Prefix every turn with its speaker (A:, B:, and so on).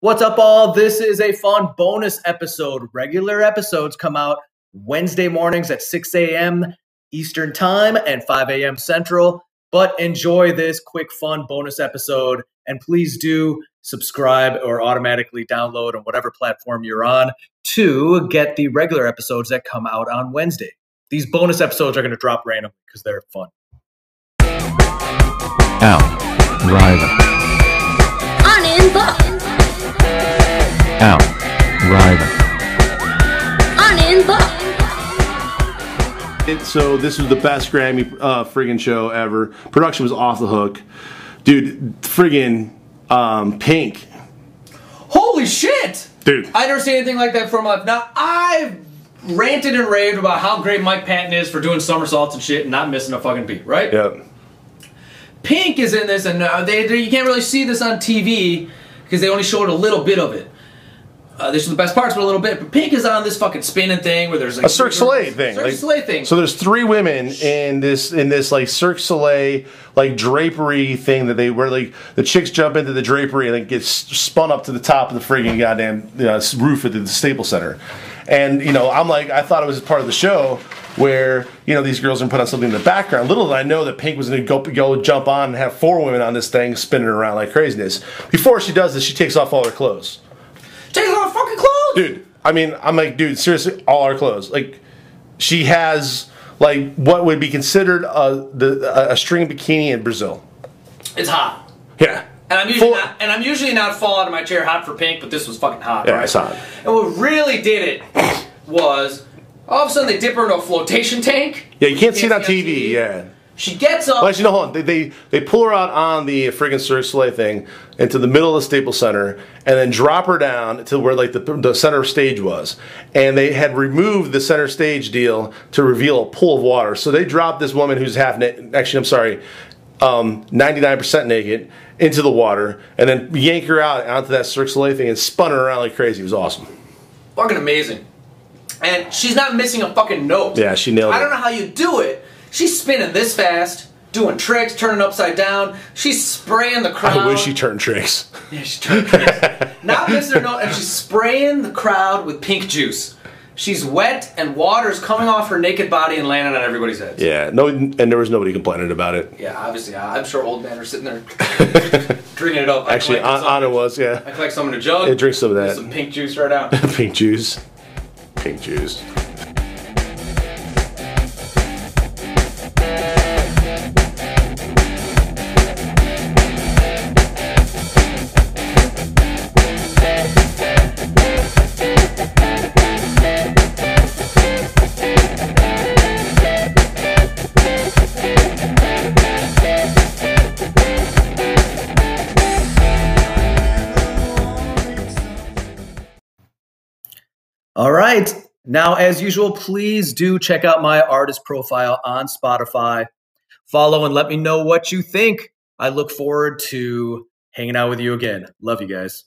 A: What's up, all? This is a fun bonus episode. Regular episodes come out Wednesday mornings at 6 a.m. Eastern Time and 5 a.m. Central. But enjoy this quick, fun bonus episode. And please do subscribe or automatically download on whatever platform you're on to get the regular episodes that come out on Wednesday. These bonus episodes are going to drop random because they're fun.
B: Out. Rival.
C: on in book,
B: Out. Rival.
C: on in book.
D: It, so this was the best Grammy uh, friggin' show ever. Production was off the hook, dude. Friggin' um, Pink,
E: Holy shit!
D: dude.
E: I never seen anything like that from up. Now I've ranted and raved about how great Mike Patton is for doing somersaults and shit and not missing a fucking beat, right?
D: yeah,
E: Pink is in this, and uh, they, they- you can't really see this on TV because they only showed a little bit of it. Uh, this is the best parts, but a little bit. But Pink is on this fucking spinning thing where there's like
D: a Cirque du Soleil thing.
E: Cirque
D: like-
E: du Soleil thing.
D: So there's three women in this in this like Cirque du Soleil like drapery thing that they where like the chicks jump into the drapery and it gets spun up to the top of the friggin' goddamn you know, roof at the Staples Center. And you know, I'm like, I thought it was part of the show where you know these girls are put on something in the background. Little did I know that Pink was going to go go jump on and have four women on this thing spinning around like craziness. Before she does this, she takes off all her clothes
E: Take off fucking clothes.
D: dude. I mean, I'm like, dude, seriously, all our clothes. Like, she has like what would be considered a the a, a string bikini in Brazil.
E: It's hot.
D: Yeah,
E: And I'm usually
D: Full-
E: not, and I'm usually not falling out of my chair hot for Pink, but this was fucking hot.
D: Yeah,
E: right?
D: I saw it.
E: And what really did it was all of a sudden they dip her into a flotation tank.
D: Yeah, you can't see it on
E: see
D: TV. Yeah.
E: She gets up.
D: Well, actually, no, hold on. They, they, they pull her out on the friggin' Cirque du Soleil thing into the middle of the Staples Center and then drop her down to where, like, the, the center stage was. And they had removed the center stage deal to reveal a pool of water. So they dropped this woman who's half naked, actually, I'm sorry, um, 99% naked into the water and then yank her out onto that Cirque du Soleil thing and spun her around like crazy. It was awesome.
E: fucking amazing. And she's not missing a fucking note.
D: Yeah, she nailed
E: I don't
D: it.
E: know how you do it. She's spinning this fast, doing tricks, turning upside down. She's spraying the crowd.
D: I wish she turned tricks.
E: Yeah, she's turning crazy. Not missing a note, and she's spraying the crowd with pink juice. She's wet, and water's coming off her naked body and landing on everybody's heads.
D: Yeah, no, and there was nobody complaining about it.
E: Yeah, obviously, I- I'm sure old men are sitting there drinking it up. I
D: Actually,
E: collect some-
D: on it was, yeah.
E: I collect some in a jug.
D: Yeah, drink some of
E: There's
D: that.
E: Some pink juice right out.
D: Pink Jews. Pink Jews.
A: All right. Now, as usual, please do check out my artist profile on Spotify. Follow and let me know what you think. I look forward to hanging out with you again. Love you guys.